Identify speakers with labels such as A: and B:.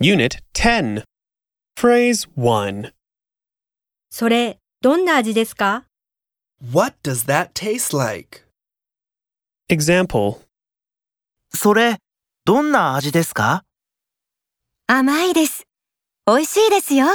A: Unit 10. Phrase 1.
B: それ、どんな味ですか
C: What does that taste like?
A: Example
D: それ、どんな味ですか
E: 甘いです。美味しいですよ。